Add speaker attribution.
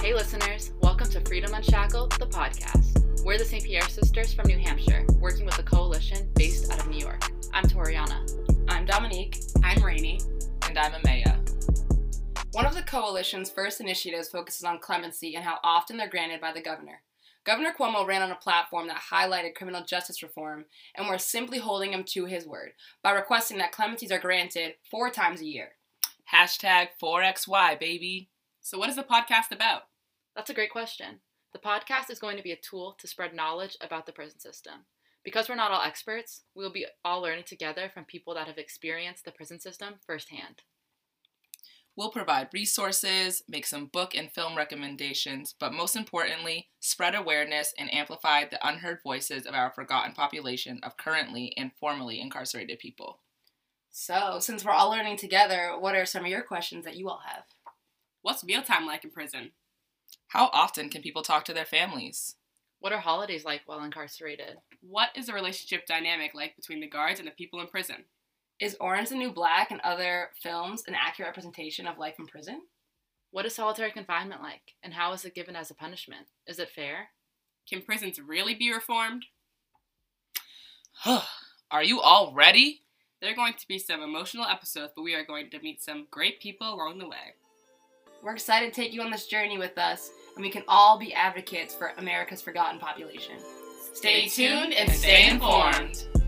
Speaker 1: Hey, listeners, welcome to Freedom Unshackled, the podcast. We're the St. Pierre sisters from New Hampshire, working with a coalition based out of New York. I'm Toriana.
Speaker 2: I'm Dominique.
Speaker 3: I'm Rainey.
Speaker 4: And I'm Amaya.
Speaker 2: One of the coalition's first initiatives focuses on clemency and how often they're granted by the governor. Governor Cuomo ran on a platform that highlighted criminal justice reform, and we're simply holding him to his word by requesting that clemencies are granted four times a year.
Speaker 4: Hashtag 4XY, baby.
Speaker 3: So, what is the podcast about?
Speaker 1: That's a great question. The podcast is going to be a tool to spread knowledge about the prison system. Because we're not all experts, we'll be all learning together from people that have experienced the prison system firsthand.
Speaker 4: We'll provide resources, make some book and film recommendations, but most importantly, spread awareness and amplify the unheard voices of our forgotten population of currently and formerly incarcerated people.
Speaker 2: So, since we're all learning together, what are some of your questions that you all have?
Speaker 3: What's meal time like in prison?
Speaker 4: How often can people talk to their families?
Speaker 1: What are holidays like while incarcerated?
Speaker 3: What is the relationship dynamic like between the guards and the people in prison?
Speaker 2: Is Orange the New Black and other films an accurate representation of life in prison?
Speaker 1: What is solitary confinement like, and how is it given as a punishment? Is it fair?
Speaker 3: Can prisons really be reformed?
Speaker 4: are you all ready?
Speaker 3: There are going to be some emotional episodes, but we are going to meet some great people along the way.
Speaker 2: We're excited to take you on this journey with us, and we can all be advocates for America's forgotten population.
Speaker 4: Stay tuned and stay informed.